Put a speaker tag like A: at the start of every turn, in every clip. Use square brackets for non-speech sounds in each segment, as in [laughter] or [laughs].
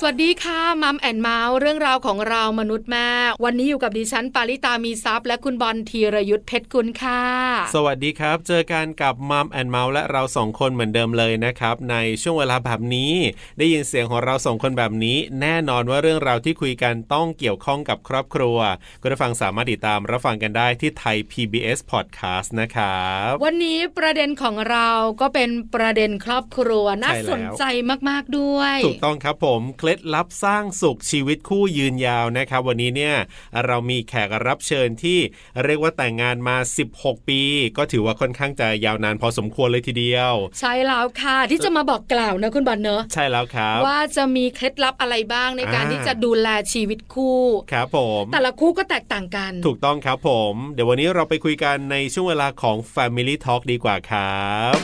A: สวัสดีค่ะมัมแอนเมาส์เรื่องราวของเรามนุษย์แม่วันนี้อยู่กับดิฉันปาริตามีซัพย์และคุณบอลธีรยุทธเพชรกุลค่ะ
B: สวัสดีครับ เจอกันกับมัมแอนเมาส์และเราสองคนเหมือนเดิมเลยนะครับ ในช่วงเวลาแบบนี้ ได้ยินเสียงของเราสองคนแบบนี้ แน่นอนว่าเรื่องราวที่คุยกันต้องเกี่ยวข้องกับครอบครัวคุณผู้ฟังสามารถติดตามรับฟังกันได้ที่ไทย PBS Podcast นะครับ
A: วันนี้ประเด็นของเราก็เป็นประเด็นครอบครัวน่า
B: ใช่แล้ว
A: สนใจมากๆด้วย
B: ถูกต้องครับผมเคล็ดลับสร้างสุขชีวิตคู่ยืนยาวนะครับ วันนี้เนี่ยเรามีแขกรับเชิญที่เรียกว่าแต่งงานมา 16 ปี ก็ถือว่าค่อนข้างจะยาวนานพอสมควรเลยทีเดียว
A: ใช่แล้วค่ะที่จะมาบอกกล่าวนะคุณบอลเนอะ
B: ใช่แล้วครับ
A: ว่าจะมีเคล็ดลับอะไรบ้างในการ
B: อ่า
A: ที่จะดูแลชีวิตคู่
B: ครับผม
A: แต่ละคู่ก็แตกต่างกัน
B: ถูกต้องครับผม เดี๋ยววันนี้เราไปคุยกันในช่วงเวลาของ Family Talk ดีกว่าครับ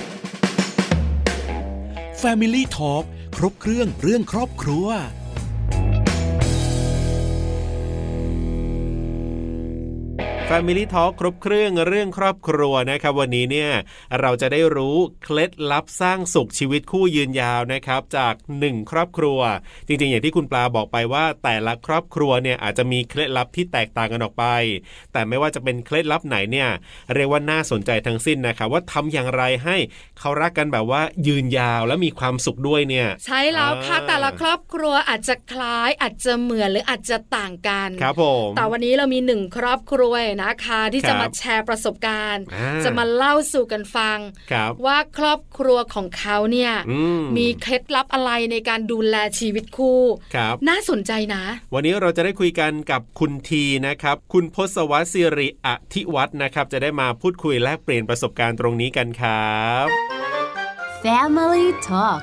C: Family Talk ครบเครื่องเรื่องครอบครัว
B: Family Talk ครบเครื่องเรื่องครอบครัวนะครับ วันนี้เนี่ยเราจะได้รู้เคล็ดลับสร้างสุขชีวิตคู่ยืนยาวนะครับ จาก 1 ครอบครัว จริงๆ อย่างที่คุณปลาบอกไปว่า แต่ละครอบครัวเนี่ยอาจจะมีเคล็ดลับที่แตกต่างกันออกไป แต่ไม่ว่าจะเป็นเคล็ดลับไหนเนี่ยเรียกว่าน่าสนใจทั้งสิ้นนะครับว่าทำอย่างไรให้เขารักกันแบบว่ายืนยาวและมีความสุขด้วยเนี่ย
A: ใช่แล้วค่ะ
B: อ่า
A: แต่ละครอบครัวอาจจะคล้ายอาจจะเหมือนหรืออาจจะต่างกัน
B: ครับผม
A: แต่วันนี้เรามีหนึ่งครอบครัวนะคะ ที่
B: ครับ
A: จะมาแชร์ประสบการณ์
B: อ่า
A: จะมาเล่าสู่กันฟัง
B: ครับ
A: ว่าครอบครัวของเขาเนี่ย
B: อืม
A: มีเคล็ดลับอะไรในการดูแลชีวิตคู่
B: ครับ
A: น่าสนใจนะ
B: วันนี้เราจะได้คุยกันกับคุณทีนะครับ คุณพศวสิริอธิวัฒน์นะครับ จะได้มาพูดคุยแลกเปลี่ยนประสบการณ์ตรงนี้กันครับ
D: Family Talk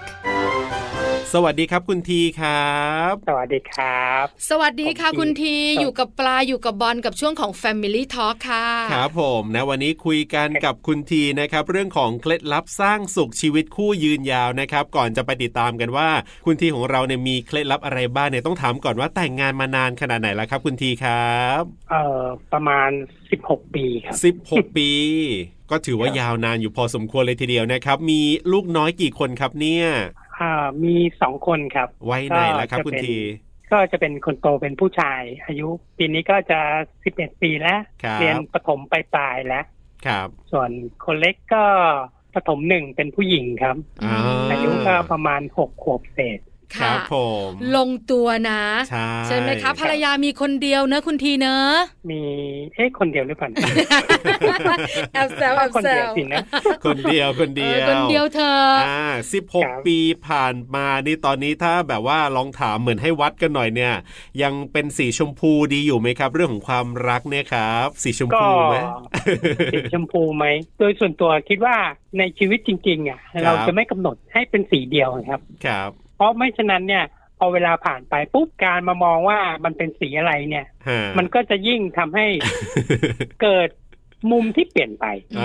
B: สวัสดีครับคุณทีครับ
E: สวัสดีครับ
A: สวัสดีค่ะ
E: ผม
A: คุณที
E: ครับ
A: อยู่กับปลาอยู่กับบอลกับช่วงของ Family Talk ค่ะ
B: ครับผมนะวันนี้คุยกันกับคุณทีนะครับ เรื่องของเคล็ดลับสร้างสุขชีวิตคู่ยืนยาวนะครับ ก่อนจะไปติดตามกันว่า คุณทีของเราเนี่ยมีเคล็ดลับอะไรบ้างเนี่ยต้องถามก่อนว่าแต่งงานมานานขนาดไหนแล้วครับ คุณทีครับ
E: เอ่อประมาณ 16 ปีครับ
B: 16 ปี ก็ถือว่า
E: ครับ
B: ยาวนานอยู่พอสมควรเลยทีเดียวนะครับ มีลูกน้อยกี่คนครับเนี่ย
E: อ่ามีสองคนครับ
B: ไว้ไหนแล้วครับ
E: ก็จะ
B: คุณ
E: เป็น
B: ที
E: ก็จะเป็นคนโตเป็นผู้ชาย อายุปีนี้ก็จะ 11 ปีแล้ว
B: ครับ
E: เรียนประถมปลายๆแล้ว
B: ครับ
E: ส่วนคนเล็กก็ประถมหนึ่งเป็นผู้หญิงครับ
A: อืม
B: า
E: อายุก็ประมาณ 6 ขวบเศษ
B: ค
A: ค่ะ
B: รับผม
A: ลงตัวนะ
B: ใช่
A: ไหมคะภรรยามีคนเดียวเนอะคุณทีเนอะ
E: มีเอ๊ะคนเดียวหรือเปล่านะ
A: แอบแซวแอบ
E: คน
A: แซ
E: เดียว
A: ว
E: สินะ
B: [laughs] คนเดียวคน
A: เอ
B: เดี
A: อ
B: ยว
A: คนเดียวเธออ
B: อ่าสิบหก
E: ครับ
B: ปีผ่านมานี่ตอนนี้ถ้าแบบว่าลองถามเหมือนให้วัดกันหน่อยเนี่ย ยังเป็นสีชมพูดีอยู่ไหมครับ เรื่องของความรักเนี่ยครับ สีชม
E: ก็
B: พูไหม
E: สีชมพูไหม โดยส่วนตัวคิดว่าในชีวิตจริงๆอ่ะเรา
B: ครับ
E: จะไม่กำหนดให้เป็นสีเดียวครับ
B: ครับ
E: เพราะไม่ฉะนั้นเนี่ยพอเวลาผ่านไปปุ๊บการมามองว่ามันเป็นสีอะไรเนี่ย
B: ฮะ
E: มันก็จะยิ่งทำ [laughs] ให้ เกิดมุมที่เปลี่ยนไป
B: เอ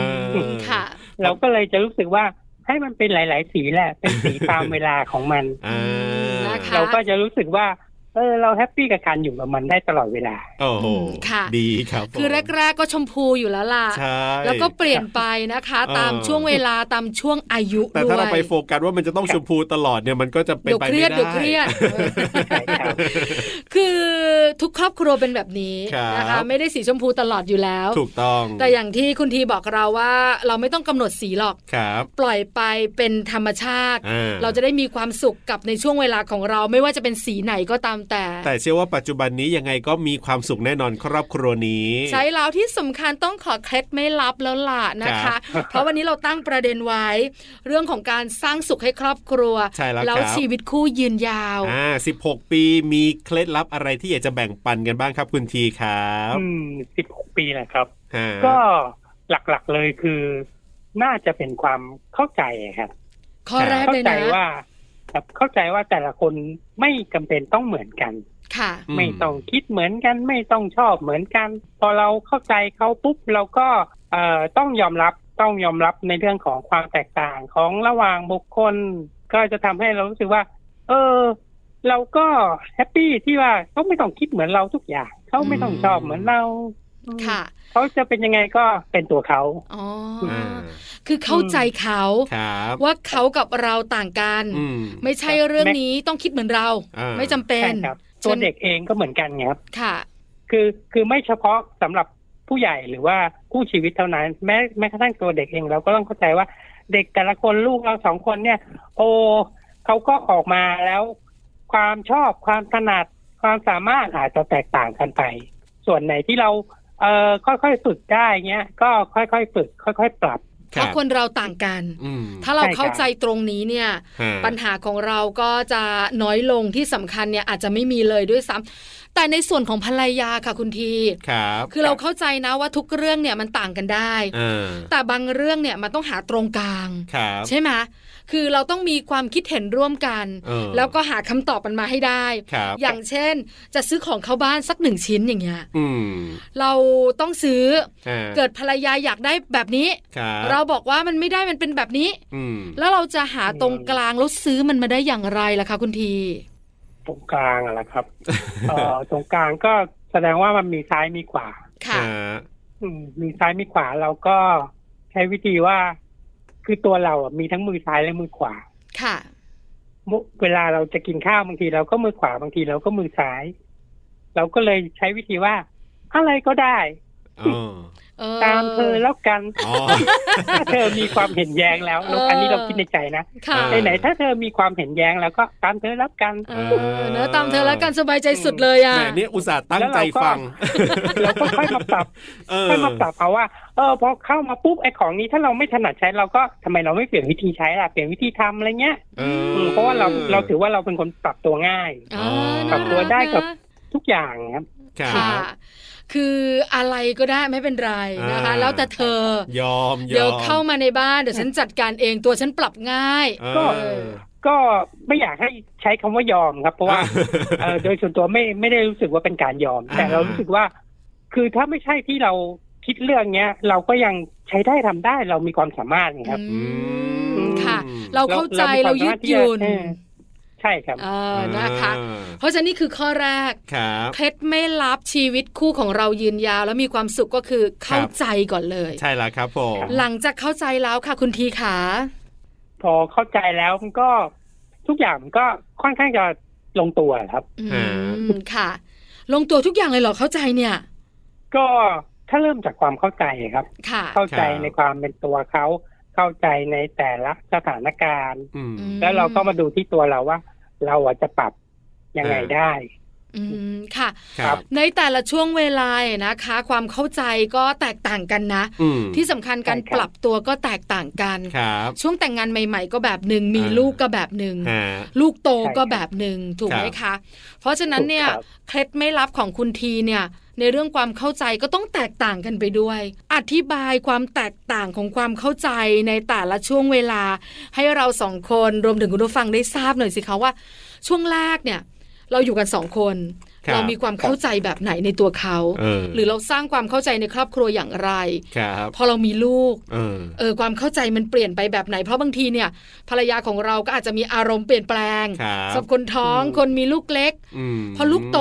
B: อ
A: ค่ะ
E: เราก็เลยจะรู้สึกว่าให้มันเป็นหลาย ๆ สีแหละ เป็นสีตามเวลาของมัน
B: อ่า
A: นะคะ
E: เราก็จะรู้สึกว่า เออเราแฮปปี้กับการอยู่กับมันได้ตลอดเวลา
B: โอ้โห
A: อืมค่ะ
B: ดีครับผม
A: คือแรก ๆ ก็ชมพูอยู่แล้วล่ะ
B: ใช่
A: แล้วก็เปลี่ยนไปนะคะ
B: เออ
A: ตามช่วงเวลาตามช่วงอายุ
B: แต่
A: ด้วย
B: ถ้าเราไปโฟกัสว่ามันจะต้องชมพูตลอดเนี่ยมันก็จะเป็น
A: เดี๋ยว
B: ไป
A: เค
B: ไม่
A: รียด
B: ได้
A: เดี๋ยวเค
B: [laughs]
A: รียดเออ
E: ใช่ครับ
A: คือทุกครอบครัวเป็นแบบนี้
B: ครับ
A: นะคะ ไม่ได้สีชมพูตลอดอยู่แล้ว
B: ถูกต้อง
A: แต่อย่างที่คุณทีบอกเราว่า เราไม่ต้องกำหนดสีหรอก
B: ครับ
A: ปล่อยไปเป็นธรรมชาติ
B: อ่
A: เราจะได้มีความสุขกับในช่วงเวลาของเราไม่ว่าจะเป็นสีไหนก็ตามแต่
B: แต่เชื่อว่าปัจจุบันนี้ยังไงก็มีความสุขแน่นอนครอบครัวนี้
A: ใช่แล้วที่สำคัญต้องขอเคล็ดไม่ลับแล้วล่ะนะ
B: ครั
A: คะ
B: บ
A: เพราะวันนี้เราตั้งประเด็นไว้ เรื่องของการสร้างสุขให้ครอบครัว
B: ใช่แล้ว
A: แล้ว
B: ครับ
A: ชีวิตคู่ยืนยาว
B: อ่า16 ปีมีเคล็ดลับอะไรที่อยากจะแบ่งปันกันบ้างครับคุณทีครับ
E: อืมสิบหกปีแหละครับ
B: ฮะ
E: ก็หลักๆเลยคือ น่าจะเป็นความเข้าใจครับ
A: ข้อแรก
E: เข้า
A: เลย
E: ใจ
A: นะ
E: ว่าครับเข้าใจว่าแต่ละคนไม่จำเป็นต้องเหมือนกัน
A: ค่ะ
B: ม
E: ไม่ต้องคิดเหมือนกัน ไม่ต้องชอบเหมือนกัน พอเราเข้าใจเขาปุ๊บเราก็เอ่อต้องยอมรับต้องยอมรับในเรื่องของความแตกต่างของระหว่างบุคคล ก็จะทำให้เรารู้สึกว่า เออ เราก็แฮปปี้ที่ว่าเขาไม่ต้องคิดเหมือนเราทุกอย่างเขาไม่ต้องชอบเหมือนเรา
A: ค่ะ
E: เขาจะเป็นยังไงก็เป็นตัวเขา
A: อ๋ออ
B: อ่า
A: คือเข้าใจเขา
B: ครับ
A: ว่าเขากับเราต่างกัน
B: อืม
A: ไม่ใช่เรื่องนี้ต้องคิดเหมือนเรา
B: อ่า
A: ไม่จำเป็
E: ใช่
A: น
E: ครับ ตัวเด็กเองก็เหมือนกันไงครับ
A: ค่ะ
E: คือคือไม่เฉพาะสำหรับผู้ใหญ่หรือว่าคู่ชีวิตเท่านั้น แม้แม้กระทั่งตัวเด็กเองเราก็ต้องเข้าใจว่า เด็กแต่ละคนลูกเราสองคนเนี่ย โอเขาก็ออกมาแล้ว ความชอบความถนัดความสามารถอาจจะแตกต่างกันไป ส่วนไหนที่เราเอ่อค่อยๆฝึกได้เงี้ยก็ค่อยๆฝึก ค่อย ๆ ปรับ
A: เพราะคนเราต่างกัน
B: อืม
A: ถ้าเรา
E: ใช่ครับ
A: เข้าใจตรงนี้เนี่ย
B: ฮะ
A: ปัญหาของเราก็จะน้อยลงที่สำคัญเนี่ยอาจจะไม่มีเลยด้วยซ้ำแต่ในส่วนของภรรยาค่ะคุณที
B: ครับ
A: คือเราเข้าใจนะว่าทุกเรื่องเนี่ยมันต่างกันได้
B: อ่า
A: แต่บางเรื่องเนี่ยมันต้องหาตรงกลาง
B: ครับ
A: ใช่ไหมคือเราต้องมีความคิดเห็นร่วมกัน
B: เออ
A: แล้วก็หาคำตอบมันมาให้ได้
B: ครับ
A: อย่างเช่น จะซื้อของเข้าบ้านสักหนึ่งชิ้นอย่างเงี้ย
B: อืม
A: เราต้องซื้อ
B: ฮะ
A: เกิดภรรยาอยากได้แบบนี้
B: ครับ
A: เราบอกว่ามันไม่ได้มันเป็นแบบนี้
B: อืม
A: แล้วเราจะหาตรงกลางแล้วซื้อมันมาได้อย่างไรล่ะคะคุณที
E: ตรงกลางอะละครับ เอ่อตรงกลางก็แสดงว่ามันมีซ้ายมีขวา
A: ค่ะ
B: ฮะ
E: อืมมีซ้ายมีขวาเราก็ใช้วิธีว่า คือตัวเราอะมีทั้งมือซ้ายและมือขวา
A: ค่ะ
E: มุเวลาเราจะกินข้าวบางทีเราก็มือขวาบางทีเราก็มือซ้าย เราก็เลยใช้วิธีว่า อะไรก็ได้
B: อ๋อ
A: เออ
E: ตามเธอแล้วกัน
B: อ๋อ
E: ถ้าเธอมีความเห็นแย้งแล้ว
A: เออ
E: แล้วอันนี้เราคิดในใจนะ
A: ค่ะ
B: เออ
E: ไหนๆถ้าเธอมีความเห็นแย้งแล้วก็ตามเธอแล้วกัน
A: เออเนอะตามเธอแล้วกันสบายใจสุดเลยอ่ะ
B: แหมนี่อุตส่าห์ตั้งใจฟัง
E: เราก็ค่อยมาปรับ
B: เออ
E: ค่อยมาปรับเอาว่าเออพอเข้ามาปุ๊บไอ้ของนี้ถ้าเราไม่ถนัดใช้เราก็ทำไมเราไม่เปลี่ยนวิธีใช้ล่ะเปลี่ยนวิธีทำอะไรเงี้ย
B: เอ
E: อื
B: อ
E: มเพราะว่าเราเราถือว่าเราเป็นคนปรับตัวง่าย
A: เออ
E: ปรับตัว
A: น่า
E: ได้
A: รั
E: กับ
A: นะ
E: ทุกอย่างครับ
B: ครั
A: ค่ะ
B: บ
A: คืออะไรก็ได้ไม่เป็นไรนะคะ
B: อ่า
A: แล้วแต่เธอ
B: ยอมยอม
A: เดี๋ยวเข้ามาในบ้านเดี๋ยวฉันจัดการเองตัวฉันปรับง่าย
E: ก็
B: เออ
E: ก็ไม่อยากให้ใช้คำว่ายอมครับ เพราะว่าเออโดยส่วนตัวไม่ไม่ได้รู้สึกว่าเป็นการยอม แต่เรารู้สึกว่า คือถ้าไม่ใช่ที่เราคิดเรื่องเนี้ย เราก็ยังใช้ได้ทำได้เรามีความสามารถไงครับ
A: อื
E: อื
A: ม
E: ม
A: ค่ะ เราเข้าใจ
E: เรา
A: เรายื
E: มีความ
A: ดหยุ่น
E: สามารถที่จะเออ ใช่ครับ
A: เออนะคะ
B: อ่า
A: เพราะฉะนั้นนี่คือข้อแรก
B: ครับ
A: เคล็ดไม่ลับชีวิตคู่ของเรายืนยาว แล้วมีความสุขก็คือเข้าใจก่อนเลย
B: ใช่แล้วครับผม
E: ครับ
A: หลังจากเข้าใจแล้วค่ะคุณทีขา
E: พอเข้าใจแล้วมันก็ทุกอย่างมันก็ค่อนข้างจะลงตัวครับ
A: อืมค่ะ ลงตัวทุกอย่างเลยเหรอเข้าใจเนี่ย
E: ก็ถ้าเริ่มจากความเข้าใจครับ
A: ค่ะ
E: เข้าใจในความเป็นตัวเขาเข้าใจในแต่ละสถานการณ์
B: อืม
A: อืม
E: แล้วเราก็มาดูที่ตัวเราว่า เราอ่ะจะปรับยังไง
B: อ่า
E: ได้
A: อืมค่ะ
B: ครับ
A: ในแต่ละช่วงเวลาเนี่ยนะคะ ความเข้าใจก็แตกต่างกันนะ
B: อืม
A: ที่สำคัญการ
E: ใช่ครั
A: ป
E: บ
A: รับตัวก็แตกต่างกัน
B: ครับ
A: ช่วงแต่งงานใหม่ ๆ ก็แบบหนึ่งมี
B: อ่า
A: ลูกก็แบบหนึ่ง
B: ฮะ
A: ลูกโต
E: ใช่ครับ
A: ก็แบบหนึ่งถูกไหมคะ เพราะฉะนั้นเนี่ย
E: ถูกครับ
A: เคล็ดไม่ลับของคุณทีเนี่ย ในเรื่องความเข้าใจก็ต้องแตกต่างกันไปด้วย อธิบายความแตกต่างของความเข้าใจในแต่ละช่วงเวลา ให้เราสองคนรวมถึงคุณผู้ฟังได้ทราบหน่อยสิคะว่า ช่วงแรกเนี่ย เราอยู่กันสองคน
B: ครับ
A: เรามีความเข้าใจแบบไหนในตัวเขา
B: เออ
A: หรือเราสร้างความเข้าใจในครอบครัวอย่างไร
B: ครับ
A: พอเรามีลูก
B: เออ
A: เออความเข้าใจมันเปลี่ยนไปแบบไหน เพราะบางทีเนี่ย ภรรยาของเราก็อาจจะมีอารมณ์เปลี่ยนแปลง
B: ครับ
A: สำหรับคนท้องคนมีลูกเล็ก
B: ม
A: พอลูกโต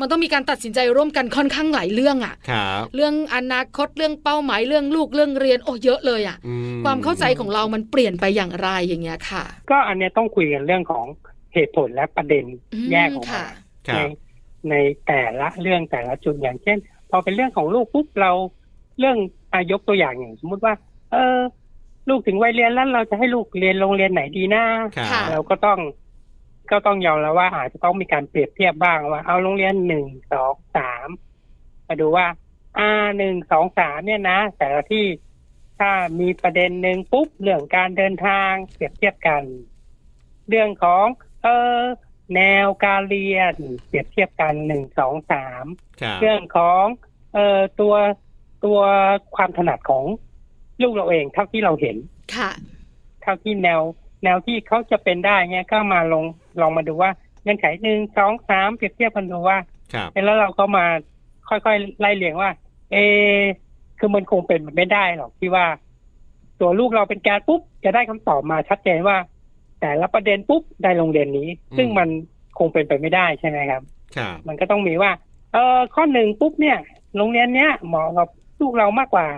A: มันต้องมีการตัดสินใจร่วมกันค่อนข้างหลายเรื่องอะ
B: ครับ
A: เรื่องอนาคตเรื่องเป้าหมายเรื่องลูกเรื่องเรียนโอ้เยอะเลยอะ
B: อื
A: ความเข้าใจของเรามันเปลี่ยนไปอย่างไรอย่างเงี้ยค่ะ
E: ก็อันเนี้ยต้องคุยกันเรื่องของเหตุผลและประเด็น
A: อืม
E: แยกออกมา
A: ค่ะ
B: ค
E: ใน
B: รับ
E: ในแต่ละเรื่องแต่ละจุดอย่างเช่น พอเป็นเรื่องของลูกปุ๊บเราเรื่องอายกตัวอย่างอย่างสมมติว่า เออ ลูกถึงวัยเรียนแล้วเราจะให้ลูกเรียนโรงเรียนไหนดีนะ
B: ครั
A: ค่ะ
B: บ
E: เราก็ต้อง ก็ต้องยอมแล้วว่า อาจจะต้องมีการเปรียบเทียบบ้างว่าเอาโรงเรียนหนึ่งสองสามมาดูว่า อ่าหนึ่งสองสามเนี่ยนะ แต่ละที่ถ้ามีประเด็นหนึ่งปุ๊บเรื่องการเดินทางเปรียบเทียบกัน เรื่องของเออแนวการเรียนเปรียบเทียบกันหนึ่งสองสาม
B: ครับ
E: เรื่องของเออตัวตัวความถนัดของลูกเราเองเท่าที่เราเห็น
A: ค่ะ
E: เท่าที่แนว แนวที่เขาจะเป็นได้เนี่ยก็มาลองลองมาดูว่าเงื่อนไขหนึ่งสองสามเปรียบเทียบกันดูว่า
B: ครับ
E: แล้วเราก็มาค่อยๆไล่เรียงว่า เอะคือมันคงเป็นไปไม่ได้หรอกที่ว่า ตัวลูกเราเป็นแกนปุ๊บจะได้คำตอบมาชัดเจนว่า แต่ละประเด็นปุ๊บได้โรงเรียนนี้
B: อืม
E: ซึ่งมันคงเป็นไปไม่ได้ใช่ไหมครับ
B: ครับ
E: มันก็ต้องมีว่า เออข้อหนึ่งปุ๊บเนี่ย โรงเรียนเนี้ยเหมาะกับลูกเรามากกว่า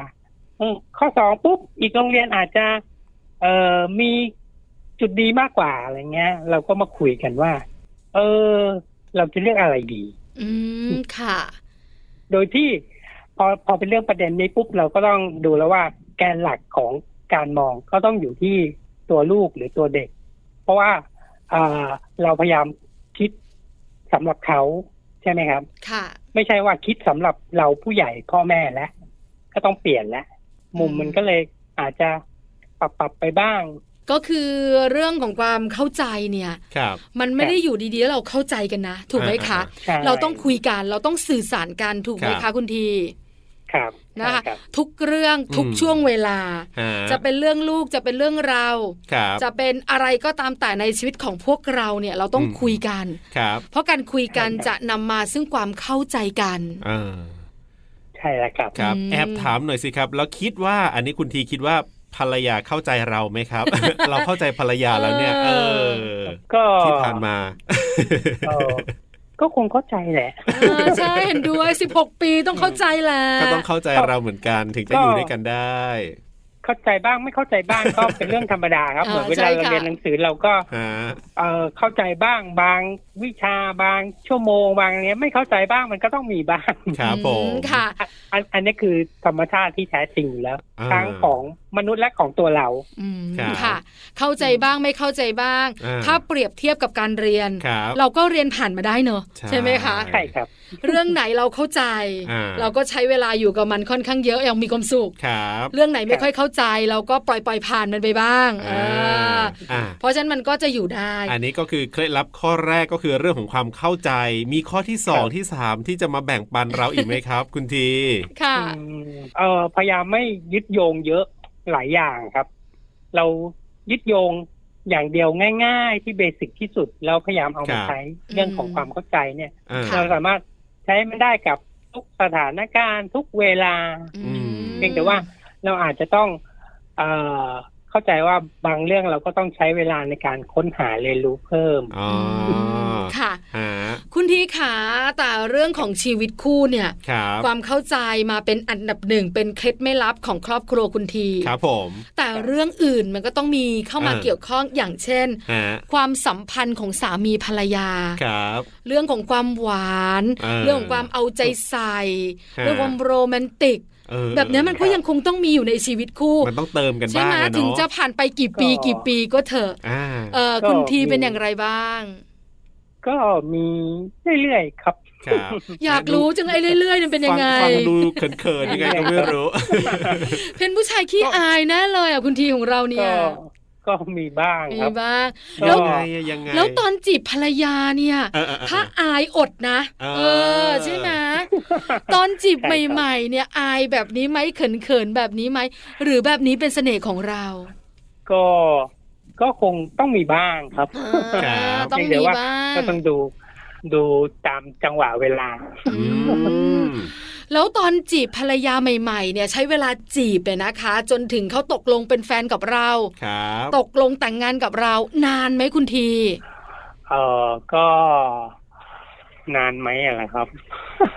E: อืมข้อสองปุ๊บอีกโรงเรียนอาจจะ เอ่อมีจุดดีมากกว่าอะไรเงี้ย เราก็มาคุยกันว่า เออ เราจะเลือกอะไรดี
A: อืมค่ะ
E: โดยที่พอพอเป็นเรื่องประเด็นนี้ปุ๊บเราก็ต้องดูแล้วว่า แกนหลักของการมองก็ต้องอยู่ที่ตัวลูกหรือตัวเด็ก เพราะว่าอ่าเราพยายามคิดสำหรับเขาใช่ไหมครับ
A: ค่ะ
E: ไม่ใช่ว่าคิดสำหรับเราผู้ใหญ่พ่อแม่แล้วก็ต้องเปลี่ยนแล้วมุมมันก็เลยอาจจะปรับปรับไปบ้าง
A: ก็คือเรื่องของความเข้าใจเนี่ย
B: ครับ
A: มันไม่ได้อยู่ดีๆแล้วเราเข้าใจกันนะถูกไหมคะ
E: ใช่
A: เราต้องคุยกันเราต้องสื่อสารกันถูกไหมคะคุณที
E: ครับ
A: นะคะ
E: ใช่รับ
A: ทุกเรื่องทุกช่วงเวลา
B: ฮ
A: จะเป็นเรื่องลูกจะเป็นเรื่องเรา
B: ครับ
A: จะเป็นอะไรก็ตามแต่ในชีวิตของพวกเราเนี่ยเราต้องคุยกัน
B: ครับ
A: เพราะการคุยกัน
E: ใช่ครับ
A: จะนำมาซึ่งความเข้าใจ
B: [laughs]
A: กัน
B: อ่า
E: ใช่แล้วครับ
B: ครับ
A: อืม
B: แอบถามหน่อยสิครับ แล้วคิดว่าอันนี้คุณทีคิดว่าภรรยาเข้าใจเราไหมครับ [laughs] เราเข้าใจภรรยาแล้วเนี่ย เออ
E: ก็
B: ที่ผ่านมา
E: เอ่อก็คงเข้าใจแหละ
A: เออใช่เห็นด้วย 16 ปีต้องเข้าใจแหละ
B: ก็ต้องเข้าใจเราเหมือนกันถึงจะ
E: ก็
B: อยู่ด้วยกันได้
E: เข้าใจบ้างไม่เข้าใจบ้าง ก็เป็นเรื่องธรรมดาครับเหมือนเวลาเราเรียนหนังสือเราก็
B: ฮะ
E: เอ่อเข้าใจบ้างบางวิชาบางชั่วโมงบางเนี้ยไม่เข้าใจบ้างมันก็ต้องมีบ้าง
B: ครับผม
A: อืค่ะ
E: อันอันนี้คือธรรมชาติที่แท้จริงอยู่แล้ว
B: อ่า
E: ทั้งของมนุษย์และของตัวเรา
A: อืม
B: ครับ
A: ค่ะ เข้าใจบ้างไม่เข้าใจบ้าง
B: อ่า
A: ถ้าเปรียบเทียบกับการเรียน
B: ครับ
A: เราก็เรียนผ่านมาได้เนอะ
B: ใช่
A: ไหมคะ
E: ใช่ครับ
A: เรื่องไหนเราเข้าใจ
B: อ่า
A: เราก็ใช้เวลาอยู่กับมันค่อนข้างเยอะอย่างมีความสุข
B: ครับ
A: เรื่องไหนไม่ค่อยเข้าใจ เราก็ปล่อยปล่อยผ่านมันไปบ้าง
B: อ่า
A: อ่า
B: อ่ะ
A: เพราะฉะนั้นมันก็จะอยู่ได้
B: อันนี้ก็คือเคล็ดลับข้อแรกก็คือเรื่องของความเข้าใจ มีข้อที่สอง
E: ครับ
B: ที่สามที่จะมาแบ่งปันเราอีกไหมครับ [laughs] คุณที
A: ค่ะ
E: อืมเอ่อพยายามไม่ยึดโยงเยอะหลายอย่างครับ เรายึดโยงอย่างเดียวง่าย ๆ ที่เบสิกที่สุดแล้วพยายามเอามาใช้เรื่องของความเข้าใจเนี่ย
B: อ่า
A: ค่ะ
E: เราสามารถใช้มันได้กับทุกสถานการณ์ ทุกเวลา
A: อืม
E: เพียงแต่ว่าเราอาจจะต้องเออเข้าใจว่าบางเรื่องเราก็ต้องใช้เวลาในการค้นหาเรียนรู้เพิ่ม
B: อ๋อ
A: ม
B: อ
A: ค่ะ
B: ฮะ
A: คุณทีขาแต่เรื่องของชีวิตคู่เนี่ย
B: ครับ
A: ความเข้าใจมาเป็นอันดับหนึ่งเป็นเคล็ดไม่ลับของครอบครัวคุณที
B: ครับผม
A: แต่เรื่องอื่นมันก็ต้องมีเข้ามา
B: อ่า
A: เกี่ยวข้องอย่างเช่น
B: ฮะ
A: ความสัมพันธ์ของสามีภรรยา
B: ครับ
A: เรื่องของความหวาน
B: อ่า
A: เรื่องของความเอาใจใส่
B: ฮะ
A: เรื่องความโรแมนติก
B: เออ
A: แบบเนี้ยมันก็ยังคงต้องมีอยู่ในชีวิตคู่
B: มันต้องเติมกัน
A: ใช่
B: บ้าง
A: ไหม
B: อ
A: ถึง
B: เนาะ
A: จะผ่านไปกี่ปี
E: ก็
A: กี่ปีก็เถอะ
B: อ่า
A: เออ
E: ก็
A: คุณที
E: มี
A: เป็นอย่างไรบ้าง
E: ก็มีเรื่อยๆครับ
B: ครับ
A: อยากรู้จังไอ้เรื่อยๆมันเป็นยังไง
B: ฟังดูเขินๆยังไงก็ไม่รู้
A: เป็นผู้ชายขี้อายแน่เลยอ่ะคุณทีของเราเนี่ย
E: ก็ก็มีบ้าง
A: มี
E: ครับ
A: บ้าง
E: ก็
A: แล้ว
B: ยังไงอะยังไง
A: แล้วตอนจีบภรรยาเนี่ย
B: เออเออเออ
A: ถ้าอายอดนะ
B: เออ
A: เออใช่ไหมตอนจีบ
E: ใช่ครับ
A: ใหม่ๆ เนี่ยอายแบบนี้ไหมเขินๆแบบนี้ไหมหรือแบบนี้เป็นเสน่ห์ของเรา
E: ก็ก็คงต้องมีบ้างครับ
B: ครับ
A: ต้อง
E: เพียงแต่
A: มี
E: ว่า
A: บ้าง
E: ก็ต้องดูดูตามจังหวะเวลา
A: อื
B: อื
A: ม
B: ม
A: แล้วตอนจีบภรรยาใหม่ๆ เนี่ย ใช้เวลาจีบเนี่ยนะคะ จนถึงเขาตกลงเป็นแฟนกับเรา
B: ครับ
A: ตกลงแต่งงานกับเรา นานไหมคุณที
E: เออก็นานไหมอะล่ะครับ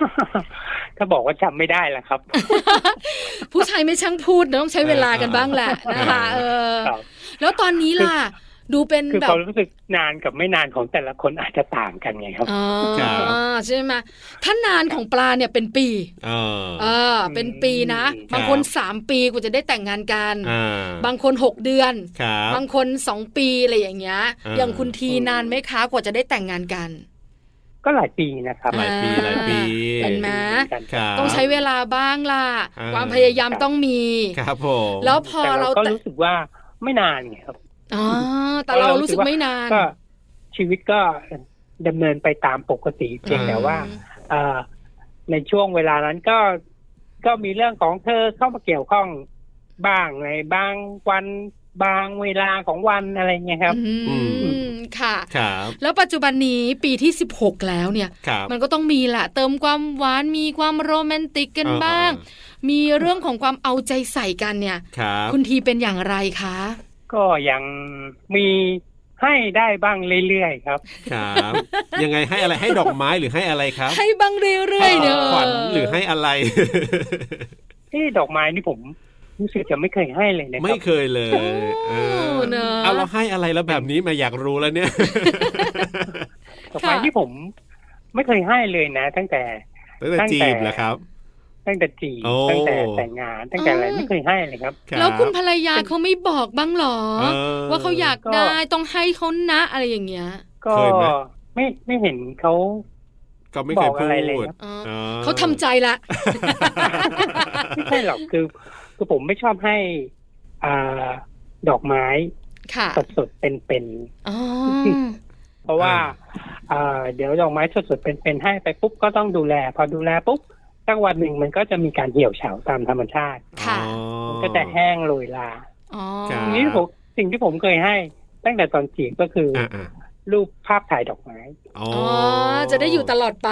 E: [laughs] ถ้าบอกว่าจำไม่ได้ล่ะ
A: [laughs]
E: ครับ
A: ผู้ชายไม่ช่างพูดนะต้องใช้เวลากันบ้างแหละนะคะเออ
E: ครับ
A: แล้วตอนนี้ล่ะ ดูเป็น
E: คือ
A: แบ
E: ควา
A: บ
E: มรู้สึกนานกับไม่นานของแต่ละคนอาจจะต่างกันไงครับ
A: อ๋อใช่ไหมถ้านานของปลาเนี่ยเป็นปี
B: เออ
A: เออ เป็นปีนะ
E: อืม
A: บางคนสามปีกว่าจะได้แต่งงานกัน
B: อ่า
A: บางคนหกเดือน
B: ครับ
A: บางคนสองปีอะไรอย่างเงี้ย
B: เออ
A: อ
B: อ
A: ย่างคุณทีนานไหมคะกว่าจะได้แต่งงานกัน
E: ก็หลายปีนะครับ
B: หลายปีหลายปี
A: เห็นไหม
E: กัน
B: ครับ
A: ต้องใช้เวลาบ้างล่ะ
B: เออ
A: ความพยายามต้องมี
B: ครับผม
A: แล้วพอ
E: แต่
A: เรา
E: เราก็
A: แต่
E: รู้สึกว่าไม่นานไงครับ
A: อ๋อแต่เรารู้สึกไม่นาน
E: ก็ชีวิตก็ดำเนินไปตามปกติเพียงแต่ว่า เอ่อในช่วงเวลานั้นก็ก็มีเรื่องของเธอเข้ามาเกี่ยวข้องบ้างในบางวันบางเวลาของวันอะไรเงี้ยครับ
A: อืมค่ะ
B: ครับ
A: แล้วปัจจุบันนี้ปีที่ 16 แล้วเนี่ย
B: ครับ
A: มันก็ต้องมีแหละเติมความหวานมีความโรแมนติกกันบ้าง มีเรื่องของความเอาใจใส่กันเนี่ย
B: ครับ
A: คุณทีเป็นอย่างไรคะ
E: ก็ยังมี ให้ได้บ้างเรื่อยๆครับ
B: ครับยังไงให้อะไรให้ดอกไม้หรือให้อะไรครับ
A: ให้บังเรื่อยๆเนอะ
B: ขวัญหรือให้อะไร
E: ที่ดอกไม้นี่ผมรู้สึกจะไม่เคยให้เลยนะค
B: ไม่
E: รับ
B: เคยเลยเอ
A: โอ้
B: อ
A: เนอะ
B: เอาเราให้อะไรแล้วแบบนี้มาอยากรู้แล้วเนี่ย [laughs]
E: ดอกไม้
A: ค่ะ
E: ที่ผมไม่เคยให้เลยนะ ตั้งแต่
B: ตั้งแต่
E: ตั้งแต่
B: จีบแล้วครับ
E: ตั้งแต่จีบ
B: โอ้
E: ตั้งแต่แต่งงานตั้งแต่อะไรไม่เคยให้เลยครับ
B: รับ
A: แล้วคุณภรรยาเขาไม่บอกบ้างหรอ
B: เออ
A: ว่าเขาอยากได้ต้องให้เขานะอะไรอย่างเงี้ย
E: ก็
B: เคยไหม
E: ไม่ไม่เห็นเขา
B: ก็ไม่เคย
E: บอก
B: พู
E: อะไรเลย
B: ด
E: ครับ
A: อ๋อ
B: อ
A: อ
B: อ
A: เขาทำ
B: [laughs]
A: ใจละ
E: ไม่ใช่หรอก [laughs] คือคือผมไม่ชอบให้อ่าดอกไม้
A: ค่ะ
E: สดสดๆเป็น
A: อ๋อ
E: ๆเพราะว่า
B: อ่า
E: อ่าเดี๋ยวดอกไม้สดสดๆเป็นๆให้ไปปุ๊บก็ต้องดูแล พอดูแลปุ๊บสักวันหนึ่งมันก็จะมีการเหี่ยวเฉาตามธรรมชาติ
A: ค่ะ
B: อ๋อ
E: มันก็จะแห้งโรยลา
A: อ๋อ
B: ครั
E: สิ่
B: บ
E: งที่ผมสิ่งที่ผมเคยให้ ตั้งแต่ตอนจีบก็คืออ
B: อ่ะอ่ะ
E: รูปภาพถ่ายดอกไม้
B: อ๋อ
A: อ๋อจะได้อยู่ตลอดไป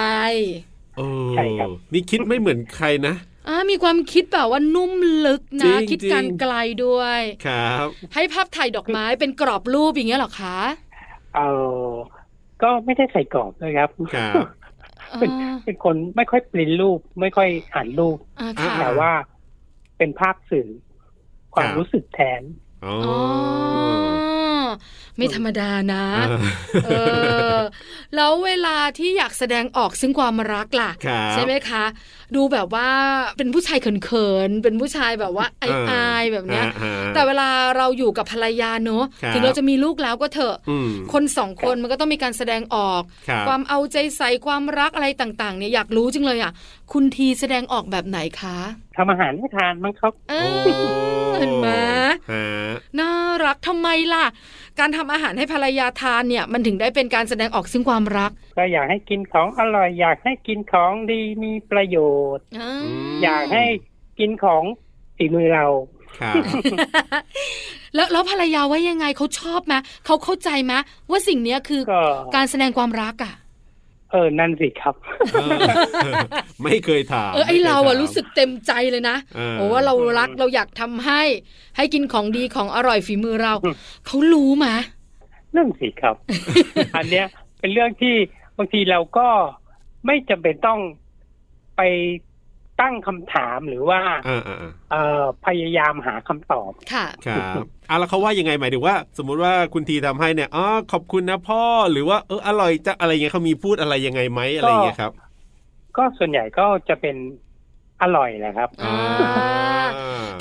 B: เออ
E: ใช่ครับ
B: นี่คิดไม่เหมือนใครนะ
A: อ่ามีความคิดแบบว่านุ่มลึก
B: จริ
A: นะ
B: ง
A: คิดการ
B: จริง
A: ไกลด้วย
B: ครับ
A: ให้ภาพถ่ายดอกไม้เป็นกรอบรูปอย่างเงี้ยเหรอคะ
E: เออก็ไม่ได้ใส่กรอบด้วยครับ
B: ครับ
A: อ่
E: เป็น
A: า
E: เป็นคนไม่ค่อยปริ้นรูป ไม่ค่อยอ่านรูป
A: อ่าค่ะ
E: แต่ว่าเป็นภาพสื่อ ความ
B: ครับ
E: รู้สึกแทน
B: อ๋อ
A: อ๋อ ไม่ธรรมดานะ
B: อ่ะ
A: เออ แล้วเวลาที่อยากแสดงออกซึ่งความรักล่ะ
B: ครับ
A: ใช่ไหมคะ ดูแบบว่าเป็นผู้ชายเขินๆ เป็นผู้ชายแบบว่าอายๆแบบเนี้ย
B: อ่าๆ
A: แต่เวลาเราอยู่กับภรรยาเนอะ
B: ครับ
A: ถึงเราจะมีลูกแล้วก็เถอะ
B: อืม
A: คนสองคนมันก็ต้องมีการแสดงออก
B: ครับ
A: ความเอาใจใส่ความรักอะไรต่างๆ เนี่ยอยากรู้จังเลยอ่ะ คุณทีแสดงออกแบบไหนคะ
E: ทำอาหารให้ทานมั้งครับ
A: เอ
B: โอ้
A: อ เห็นไหม
B: ฮะ
A: น่ารักทำไมล่ะ การทำอาหารให้ภรรยาทานเนี่ย มันถึงได้เป็นการแสดงออกซึ่งความรัก
E: ก็อยากให้กินของอร่อย อยากให้กินของดีมีประโยชน์
A: อ่า
E: อยากให้กินของฝีมือเรา
B: ครับ
A: แล้วแล้วภรรยาว่ายังไงเขาชอบไหมเขาเข้าใจไหมว่าสิ่งเนี้ยคือ
E: ก็
A: การแสดงความรักอ่ะ
E: เออนั่นสิครับ [laughs]
B: เอ [laughs] อไม่เคยถาม
A: เออไอ
B: ม่คย
A: เราอ่ะ
B: ถม
A: รู้สึกเต็มใจเลยนะ
B: เออ
A: โอ้ว่าเรารักเราอยากทำให้ ให้กินของดีของอร่อยฝีมือเรา
E: อืม
A: เขารู้ไหม
E: นั่นสิครับ
A: [laughs]
E: อันเนี้ย เป็นเรื่องที่บางทีเราก็ไม่จำเป็นต้องไปตั้งคำถามหรือว่า
B: อ่าอ่าอ่า
E: เอ่อพยายามหาคำตอบ
A: ค่ะ
B: ครับอ่ะแล้วเขาว่ายังไงหมายถึงว่า สมมุติว่าคุณทีทำให้เนี่ยอ๋อขอบคุณนะพ่อหรือว่าเอออร่อยจะอะไรเงี้ยเขามีพูดอะไรยังไงไหมอะไรเงี้ยครับ
E: ก็ส่วนใหญ่ก็จะเป็นอร่อยแหละครับ
A: อ่า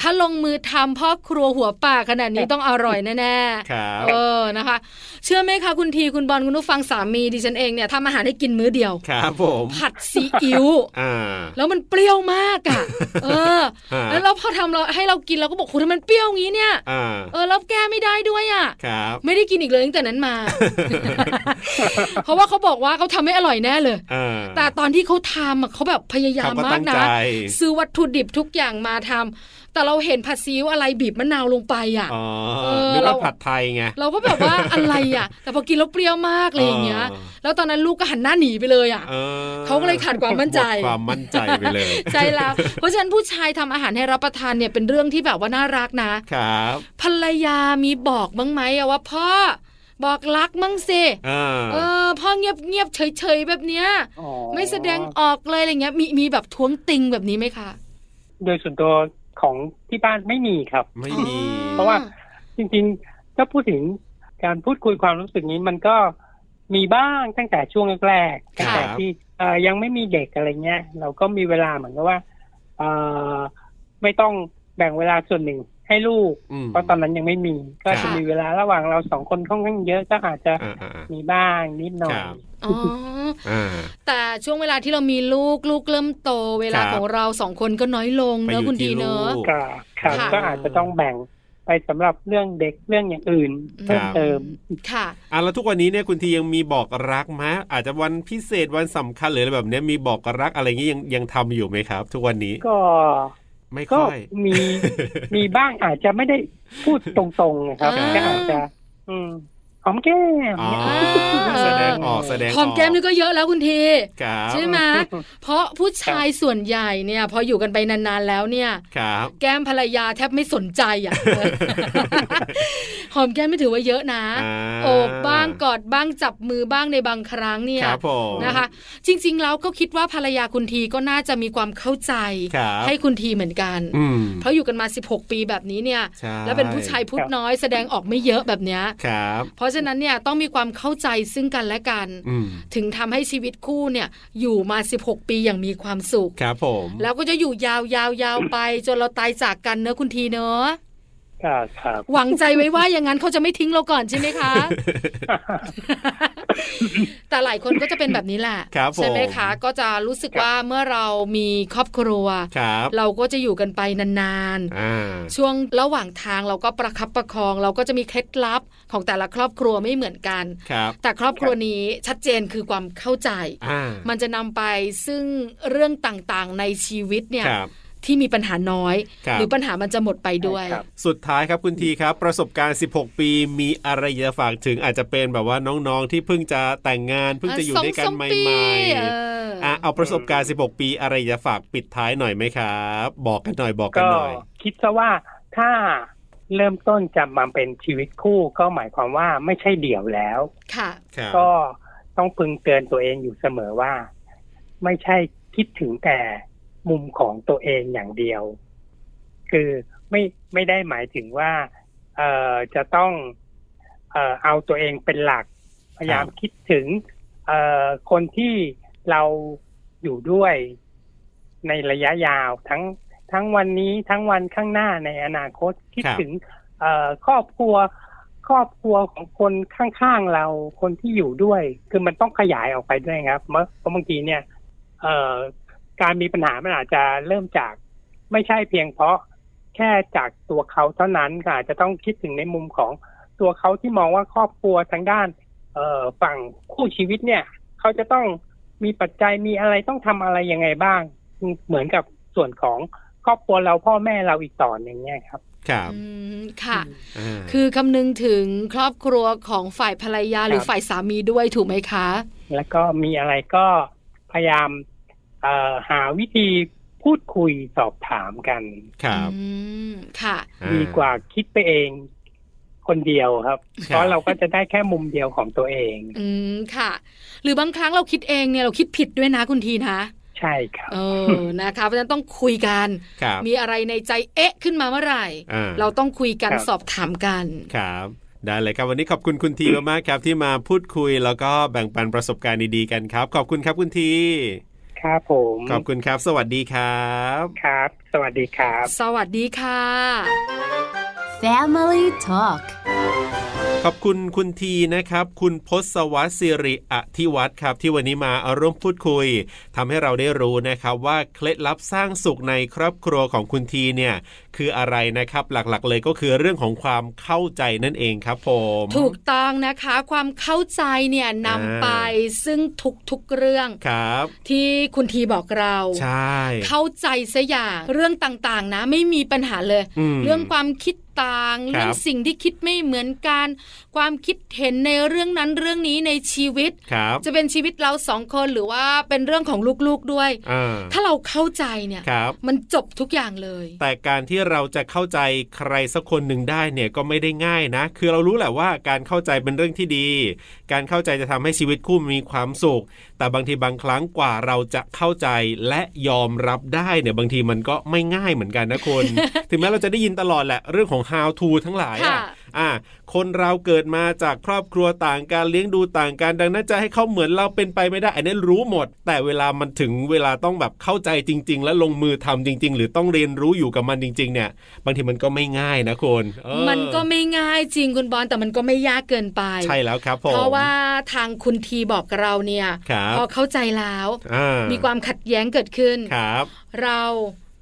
A: ถ้าลงมือทำพ่อครัวหัวป่าขนาดนี้ต้องอร่อยแน่ๆ
B: ครับ
A: เออ นะคะ เชื่อไหมคะคุณทีคุณบอลคุณผู้ฟังสามีดิฉันเองเนี่ยทำอาหารให้กินมื้อเดียว
B: ครับผม
A: ผัดซีอิ๊ว
B: อ่า
A: แล้วมันเปรี้ยวมากอะ่ะ เออ
B: ฮะ
A: แล้วเราพอทำเราให้เรากินเราก็บอกคุณทำไมมันเปรี้ยวงี้เนี่ย
B: อ่า
A: เออแล้วแก้ไม่ได้ด้วยอะ่ะ
B: ครับ
A: ไม่ได้กินอีกเลยตั้งแต่นั้นมา เพราะว่าเขาบอกว่าเขาทำไม่อร่อยแน่เลย
B: อ่า
A: แต่ตอนที่เขาทำอะเขาแบบพยายา
B: เขา
A: ม
B: ก็
A: มา
B: ตั้
A: ก
B: ง
A: นะ
B: ใจ
A: ซื้อวัตถุดิบทุกอย่างมาทำแต่เราเห็นผัดซีอิ๊วอะไรบีบมะนาวลงไปอ่ะ
B: อ๋อ
A: เออ
B: นึก
A: เรา
B: ว่าผัดไทยไง
A: เราก็แบบว่า อะไรอ่ะ แต่พอกินแล้วเปรี้ยวมากอะไรอย่างเงี้ย
B: เออ
A: แล้วตอนนั้นลูกก็หันหน้าหนีไปเลยอ่ะ
B: เออ
A: เขาก็เลยขาดความมั่นใจ
B: หดความมั่นใจไปเลย
A: ใช่แล้ว เพราะฉะนั้นผู้ชายทำอาหารให้รับประทานเนี่ยเป็นเรื่องที่แบบว่าน่ารักนะ
B: ครับ
A: ภรรยามีบอกบ้างไหมอะว่าพ่อบอกรักมั่งเซ
B: อ่า
A: เออพ่อเงียบเงียบๆเฉยเฉยๆแบบเนี้ย
E: อ๋อ
A: ไม่แสดงออกเลยอะไรเงี้ย มีมีแบบท้วงติงแบบนี้ไหมคะ
E: โดยส่วนตัวของที่บ้านไม่มีครับ
B: ไม่มี
E: เพราะว่า จริงๆ ถ้าพูดถึงการพูดคุยความรู้สึกนี้มันก็มีบ้างตั้งแต่ช่วงแรกๆตั้ง
A: ค่ะ
E: แต่ที่เอ่อยังไม่มีเด็กอะไรเงี้ย เราก็มีเวลาเหมือนกับว่าเอ่อไม่ต้องแบ่งเวลาส่วนหนึ่งให้ลูก
B: อืม
E: เพราะตอนนั้นยังไม่มี ก็
B: ครั
E: จะ
B: บ
E: มีเวลาระหว่างเราสองคนค่อนข้างเยอะก็อาจจะ
B: อ่าอ่าอ่า
E: มีบ้างนิดหน่อ
B: ค
E: ย
B: รับ
A: อ๋อ
B: อ่า
A: แต่ช่วงเวลาที่เรามีลูกลูกเริ่มโต เวลา
B: ครับ
A: ของเราสองคนก็น้อยลง
B: ไป
A: เน
B: อ
A: อะ
B: ยู่
A: คุณที
B: ที่
A: เน
B: ลู
A: อะ
B: ก
E: ก็ครับ
A: ค่ะ
E: ก็อาจจะต้องแบ่งไปสำหรับเรื่องเด็กเรื่องอย่างอื่นเพิ่ม
B: ครับ
E: เติม
A: ค่ะ
B: อ่ะแล้วทุกวันนี้เนี่ยคุณทียังมีบอกรักไหมอาจจะวันพิเศษวันสำคัญหรืออะไรแบบเนี้ยมีบอกรักอะไรอย่างเงี้ยยังยังทำอยู่ไหมครับ ทุกวันนี้
E: ก็
B: ไม่
E: ก็
B: ค่อย
E: มีมีบ้างอาจจะไม่ได้พูดตรงๆนะครับ
A: อ่า
E: ก็อาจจะ อืม หอมแก้ม
B: อ๋อ
A: เออ
B: แสดงออกแสดงออก
A: หอมแก้มนี่ก็เยอะแล้วคุณที
B: ครับ
A: ใช่ไหมเพราะผู้ชายส่วนใหญ่เนี่ยพออยู่กันไปนานๆแล้วเนี่ย
B: ครับ
A: แก้มภรรยาแทบไม่สนใจ
B: [laughs]
A: อ่ะ หอมแก้มไม่ถือว่าเยอะนะ
B: อ่า
A: โอบบ้างกอดบ้างจับมือบ้างในบางครั้งเนี่ย
B: ครับผม
A: นะคะ จริงๆแล้วก็คิดว่าภรรยาคุณทีก็น่าจะมีความเข้าใจ
B: ครับ
A: ให้คุณทีเหมือนกัน
B: อืม
A: เพราะอยู่กันมา 16 ปีแบบนี้เนี่ย
B: ใช่
A: แล้วเป็นผู้ชายพูดน้อยแสดงออกไม่เยอะแบบเนี้ย
B: ครับ
A: เพราะฉะนั้นเนี่ยต้องมีความเข้าใจซึ่งกันและกัน
B: อืม
A: ถึงทำให้ชีวิตคู่เนี่ยอยู่มา 16 ปีอย่างมีความสุข
B: ครับผม
A: แล้วก็จะอยู่ยาวยาวยาวไป จนเราตายจากกันเนอะคุณทีเนอะ
E: ครับครับ
A: หวังใจไว้ว่าอย่างนั้นเขาจะไม่ทิ้งเราก่อนใช่ไหม
B: [laughs]
A: คะ แต่หลายคนก็จะเป็นแบบนี้แหละ
B: ครับผม
A: ใช่ไหมคะ ก็จะรู้สึกว่าเมื่อเรามีครอบครัว
B: ครับ
A: เราก็จะอยู่กันไปนาน
B: อ่า
A: ๆ ช่วงระหว่างทางเราก็ประคับประคอง เราก็จะมีเคล็ดลับของแต่ละครอบครัวไม่เหมือนกัน
B: ครับ
A: แต่ครอบครัวนี้ชัดเจนคือความเข้าใจ
B: อ่า
A: มันจะนำไปซึ่งเรื่องต่างๆในชีวิตเนี่ย
B: ครับ
A: ที่มีปัญหาน้อย
B: ครับ
A: หรือปัญหามันจะหมดไปด้วย
E: ใช่ครับ
B: สุดท้ายครับคุณทีครับ ประสบการณ์ 16 ปีมีอะไรจะฝากถึงอาจจะเป็นแบบว่าน้องๆที่เพิ่งจะแต่งงาน เพิ่งจะอยู่ด้วยกัน
A: สอง
B: ให
A: สาม
B: ม่
A: ปี
B: ๆ
A: เอออ่
B: ะเอาประสบการณ์ 16 ปีอะไรจะฝากปิดท้ายหน่อยไหมครับ บอกกันหน่อยบอกกัน
E: ก็
B: หน่อย
E: คิดซะว่าถ้าเริ่มต้นจะมาเป็นชีวิตคู่ก็หมายความว่าไม่ใช่เดี่ยวแล้ว
A: ค่ะ
B: ครับ
E: ก็ต้องพึงเตือนตัวเองอยู่เสมอว่า ไม่ใช่คิดถึงแต่มุมของตัวเองอย่างเดียว คือไม่ไม่ได้หมายถึงว่า เอ่อจะต้องเอ่อเอาตัวเองเป็นหลัก พยายามคิดถึง เอ่อคนที่เราอยู่ด้วยในระยะยาวทั้งทั้งวันนี้ทั้งวันข้างหน้าในอนาคตคิด
B: ครับ
E: ถึง เอ่อครอบครัว ครอบครัวของคนข้างๆเราคนที่อยู่ด้วย คือมันต้องขยายออกไปด้วยครับเพราะเพราะบางทีเนี่ย เอ่อการมีปัญหามันอาจจะเริ่มจาก ไม่ใช่เพียงเพราะแค่จากตัวเขาเท่านั้นค่ะอาจจะต้องคิดถึงในมุมของตัวเขาที่มองว่าครอบครัวทางด้าน เอ่อฝั่งคู่ชีวิตเนี่ย เขาจะต้องมีปัจจัยมีอะไรต้องทำอะไรยังไงบ้าง เหมือนกับส่วนของครอบครัวเราพ่อแม่เราอีกต่อหนึ่งเนี่ยครับ
B: ครับ
A: อืม ค่ะ
B: อ่า
A: คือคำนึงถึงครอบครัวของฝ่ายภรรยาหรือ
E: ครับ
A: ฝ่ายสามีด้วยถูกไหมคะ
E: แล้วก็มีอะไรก็พยายามเอ่อหาวิธีพูดคุยสอบถามกัน
B: ครับ
A: อืม ค่ะ
B: อ่
E: ดีกว่าคิดไปเองคนเดียวครับ
B: ครับ
E: เพราะเราก็จะได้แค่มุมเดียวของตัวเอง
A: อืม ค่ะ หรือบางครั้งเราคิดเองเนี่ยเราคิดผิดด้วยนะคุณทีนะ
E: ใช่ครับ
A: เออ นะคะ เพราะฉะนั้นต้องคุยกัน
B: ครับ
A: มีอะไรในใจเอ๊ะขึ้นมาเมื่อไหร่
B: อ่า
A: เราต้องคุยกัน
E: ครับ
A: สอบถามกัน
B: ครับได้เลยครับวันนี้ขอบคุณคุณทีมากๆครับ ที่มาพูดคุยแล้วก็แบ่งปันประสบการณ์ดีๆกันครับ ขอบคุณครับคุณที
E: ครับผม
B: ขอบคุณครับ สวัสดีครับ
E: ครับ สวัสดีครับ
A: สวัสดีค่ะ
D: Family Talk
B: ขอบคุณคุณทีนะครับ คุณพศวรรษสิริอธิวัฒน์ครับที่วันนี้มาร่วมพูดคุยทำให้เราได้รู้นะครับว่าเคล็ดลับสร้างสุขในครอบครัวของคุณทีเนี่ยคืออะไรนะครับหลักๆ เลยก็คือเรื่องของความเข้าใจนั่นเองครับผม
A: ถูกต้องนะคะ ความเข้าใจเนี่ย
B: อ่า
A: นำไปซึ่งทุกๆเรื่อง
B: ครับ
A: ที่คุณทีบอกเรา
B: ใช่
A: เข้าใจซะอย่างเรื่องต่างๆ นะ ไม่มีปัญหาเลย
B: อืม
A: เรื่องความคิดต่าง
B: ครับ
A: เรื่องสิ่งที่คิดไม่เหมือนกัน ความคิดเห็นในเรื่องนั้นเรื่องนี้ในชีวิต
B: ครับ
A: จะเป็นชีวิตเราสองคนหรือว่าเป็นเรื่องของลูกๆด้วย
B: อ่า
A: ถ้าเราเข้าใจเนี่ย
B: ครับ
A: มันจบทุกอย่างเลย
B: แต่การที่เราจะเข้าใจใครสักคนหนึ่งได้เนี่ยก็ไม่ได้ง่ายนะ คือเรารู้แหละว่าการเข้าใจเป็นเรื่องที่ดี การเข้าใจจะทำให้ชีวิตคู่มีความสุข แต่บางทีบางครั้งกว่าเราจะเข้าใจและยอมรับได้เนี่ยบางทีมันก็ไม่ง่ายเหมือนกันนะคน
A: [laughs]
B: ถึงแม้เราจะได้ยินตลอดแหละเรื่องของ how to ทั้งหลายอะ
A: ค่ะ
B: อ่ะคนเราเกิดมาจากครอบครัวต่างการเลี้ยงดูต่างกันดังนั้นจะให้เขาเหมือนเราเป็นไปไม่ได้ อันนี้รู้หมด แต่เวลามันถึงเวลาต้องแบบเข้าใจจริง ๆ และลงมือทำจริง ๆ หรือต้องเรียนรู้อยู่กับมันจริง ๆ เนี่ย บางทีมันก็ไม่ง่ายนะคนเออ
A: มันก็ไม่ง่ายจริงคุณบอลแต่มันก็ไม่ยากเกินไป
B: ใช่แล้วครับผม
A: เพราะว่าทางคุณทีบอกเราเนี่ย
B: ครับ
A: พอเข้าใจแล้ว
B: อ่
A: มีความขัดแย้งเกิดขึ้น
B: ครับ
A: เรา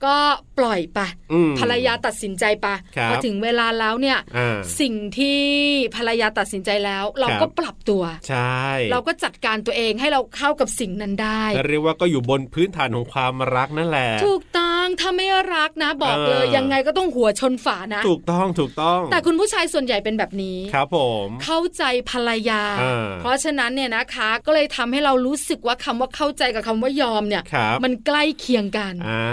A: ก็ปล่อยไป
B: อืม
A: ภรรยาตัดสินใจไป
B: ครับ
A: พอถึงเวลาแล้วเนี่ย
B: อ่า
A: สิ่งที่ภรรยาตัดสินใจแล้ว เรา
B: ครับ
A: ก็ปรับตัว
B: ใช่
A: เราก็จัดการตัวเองให้เราเข้ากับสิ่งนั้นได้
B: เรียกว่าก็อยู่บนพื้นฐานของความรักนั่นแหละ
A: ถูกต้องถ้าไม่รักนะ บอก
B: เออ
A: เลยยังไงก็ต้องหัวชนฝานะ
B: ถูกต้องถูกต้อง
A: แต่คุณผู้ชายส่วนใหญ่เป็นแบบนี้
B: ครับผม
A: เข้าใจภรรยา
B: เออ
A: เพราะฉะนั้นเนี่ยนะคะ ก็เลยทำให้เรารู้สึกว่าคำว่าเข้าใจกับคำว่ายอมเนี่ย
B: ครับ
A: มันใกล้เคียงกัน
B: อ่า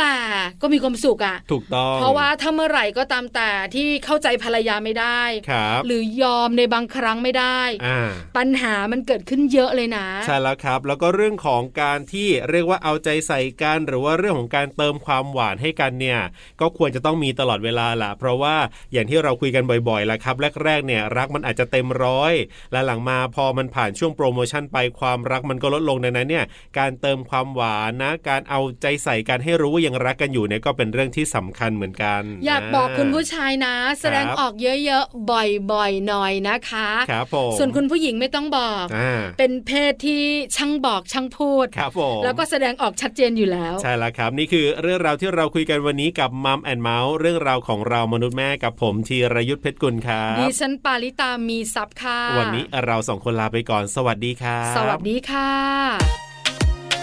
A: แต่ก็มีความสุขอะ
B: ถูกต้อง
A: เพราะว่าถ้าเมื่อไหร่ก็ตามแต่ที่เข้าใจภรรยาไม่ได้
B: ครับ
A: หรือยอมในบางครั้งไม่ได้
B: อ่า
A: ปัญหามันเกิดขึ้นเยอะเลยนะ
B: ใช่แล้วครับ แล้วก็เรื่องของการที่เรียกว่าเอาใจใส่กันหรือว่าเรื่องของการเติมความหวานให้กันเนี่ย ก็ควรจะต้องมีตลอดเวลาล่ะ เพราะว่าอย่างที่เราคุยกันบ่อยๆล่ะครับ แรกๆเนี่ยรักมันอาจจะเต็มร้อย และหลังมาพอมันผ่านช่วงโปรโมชั่นไปความรักมันก็ลดลงดังนั้นเนี่ยการเติมความหวานนะ การเอาใจใส่กันให้รู้ว่ายังรักกันอยู่เนี่ยก็เป็นเรื่องที่สำคัญเหมือนกัน
A: อยากบอกคุณผู้
B: ช
A: ชายนะ แสดง
B: ครับ
A: ออกเยอะๆ บ่อยๆ หน่อยนะคะ
B: ครับผม
A: ส่วนคุณผู้หญิงไม่ต้องบอก
B: อ่า
A: เป็นเพศที่ช่างบอกช่างพูด
B: ครับผม
A: แล้วก็แสดงออกชัดเจนอยู่แล้ว
B: ใช่แล้วครับ นี่คือเรื่องราวที่เราคุยกันวันนี้กับมัมแอนเมาส์เรื่องราวของเรามนุษย์แม่กับผมธีรยุทธเพชรกุลครั
A: ดิ
B: บ
A: ฉันปาริตามีซับค่ะ
B: วันนี้เราสองคนลาไปก่อนสวัสดีครับ
A: สวัสดีค่ะ